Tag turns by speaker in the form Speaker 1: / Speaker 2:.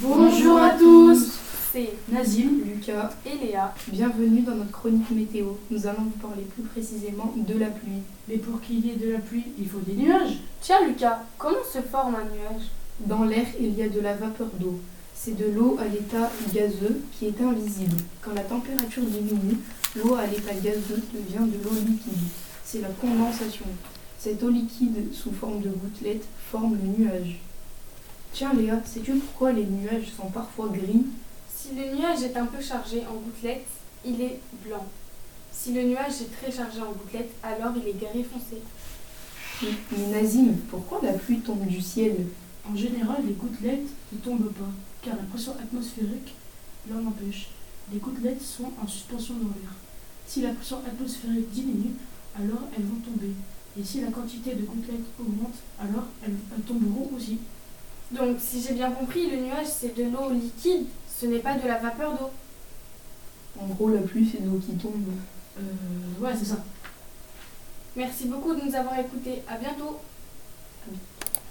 Speaker 1: Bonjour à tous
Speaker 2: C'est
Speaker 1: Nazim, Lucas,
Speaker 2: et Léa.
Speaker 1: bienvenue dans notre chronique météo. Nous allons vous parler plus précisément de la pluie.
Speaker 3: Mais pour qu'il y ait de la pluie, il faut des nuages.
Speaker 2: Tiens Lucas, comment se forme un nuage
Speaker 1: Dans l'air, il y a de la vapeur d'eau. C'est de l'eau à l'état gazeux qui est invisible. Quand la température diminue, l'eau à l'état gazeux devient de l'eau liquide. C'est la condensation. Cette eau liquide, sous forme de gouttelettes, forme le nuage. Tiens Léa, sais-tu pourquoi les nuages sont parfois gris
Speaker 2: Si le nuage est un peu chargé en gouttelettes, il est blanc. Si le nuage est très chargé en gouttelettes, alors il est gris foncé.
Speaker 1: Mais Nazim, pourquoi la pluie tombe du ciel
Speaker 3: En général, les gouttelettes ne tombent pas, car la pression atmosphérique l'en empêche. Les gouttelettes sont en suspension dans l'air. Si la pression atmosphérique diminue, alors elles vont tomber. Et si la quantité de gouttelettes augmente, alors elles, elles tomberont aussi.
Speaker 2: Donc si j'ai bien compris, le nuage c'est de l'eau liquide, ce n'est pas de la vapeur d'eau.
Speaker 1: En gros, la pluie, c'est de l'eau qui tombe.
Speaker 3: Euh, ouais, c'est ça.
Speaker 2: Merci beaucoup de nous avoir écoutés, à bientôt
Speaker 1: À bientôt.